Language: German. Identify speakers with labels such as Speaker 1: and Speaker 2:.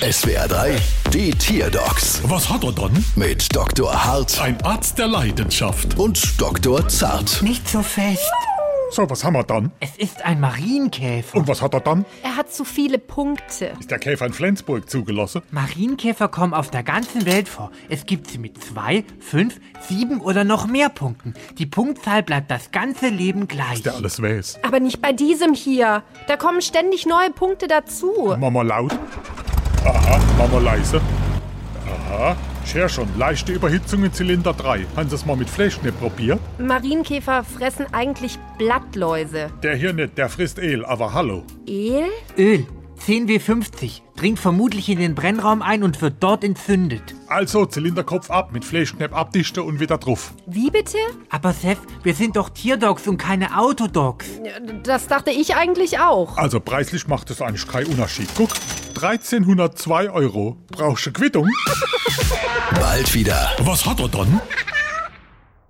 Speaker 1: SWR 3, die Tierdocs
Speaker 2: Was hat er dann?
Speaker 1: mit Dr. Hart
Speaker 2: Ein Arzt der Leidenschaft.
Speaker 1: und Dr. Zart.
Speaker 3: Nicht so fest.
Speaker 2: So, was haben wir dann?
Speaker 3: Es ist ein Marienkäfer.
Speaker 2: Und was hat er dann?
Speaker 4: Er hat zu viele Punkte.
Speaker 2: Ist der Käfer in Flensburg zugelassen?
Speaker 3: Marienkäfer kommen auf der ganzen Welt vor. Es gibt sie mit zwei, fünf, sieben oder noch mehr Punkten. Die Punktzahl bleibt das ganze Leben gleich.
Speaker 2: Der alles weiß.
Speaker 4: Aber nicht bei diesem hier. Da kommen ständig neue Punkte dazu.
Speaker 2: Mama laut. Aha, Mama leise. Aha, scher schon. Leichte Überhitzung in Zylinder 3. Haben Sie es mal mit Fleischknepp probiert?
Speaker 4: Marienkäfer fressen eigentlich Blattläuse.
Speaker 2: Der hier nicht, der frisst El, aber hallo.
Speaker 4: El?
Speaker 3: Öl. 10W50. Dringt vermutlich in den Brennraum ein und wird dort entzündet.
Speaker 2: Also, Zylinderkopf ab, mit Fleischknepp abdichten und wieder drauf.
Speaker 4: Wie bitte?
Speaker 3: Aber Seth, wir sind doch Tierdogs und keine Autodogs.
Speaker 4: Das dachte ich eigentlich auch.
Speaker 2: Also, preislich macht es eigentlich keinen Unterschied. Guck, 1302 Euro. Brauchst du Quittung?
Speaker 1: Bald wieder.
Speaker 2: Was hat er dann?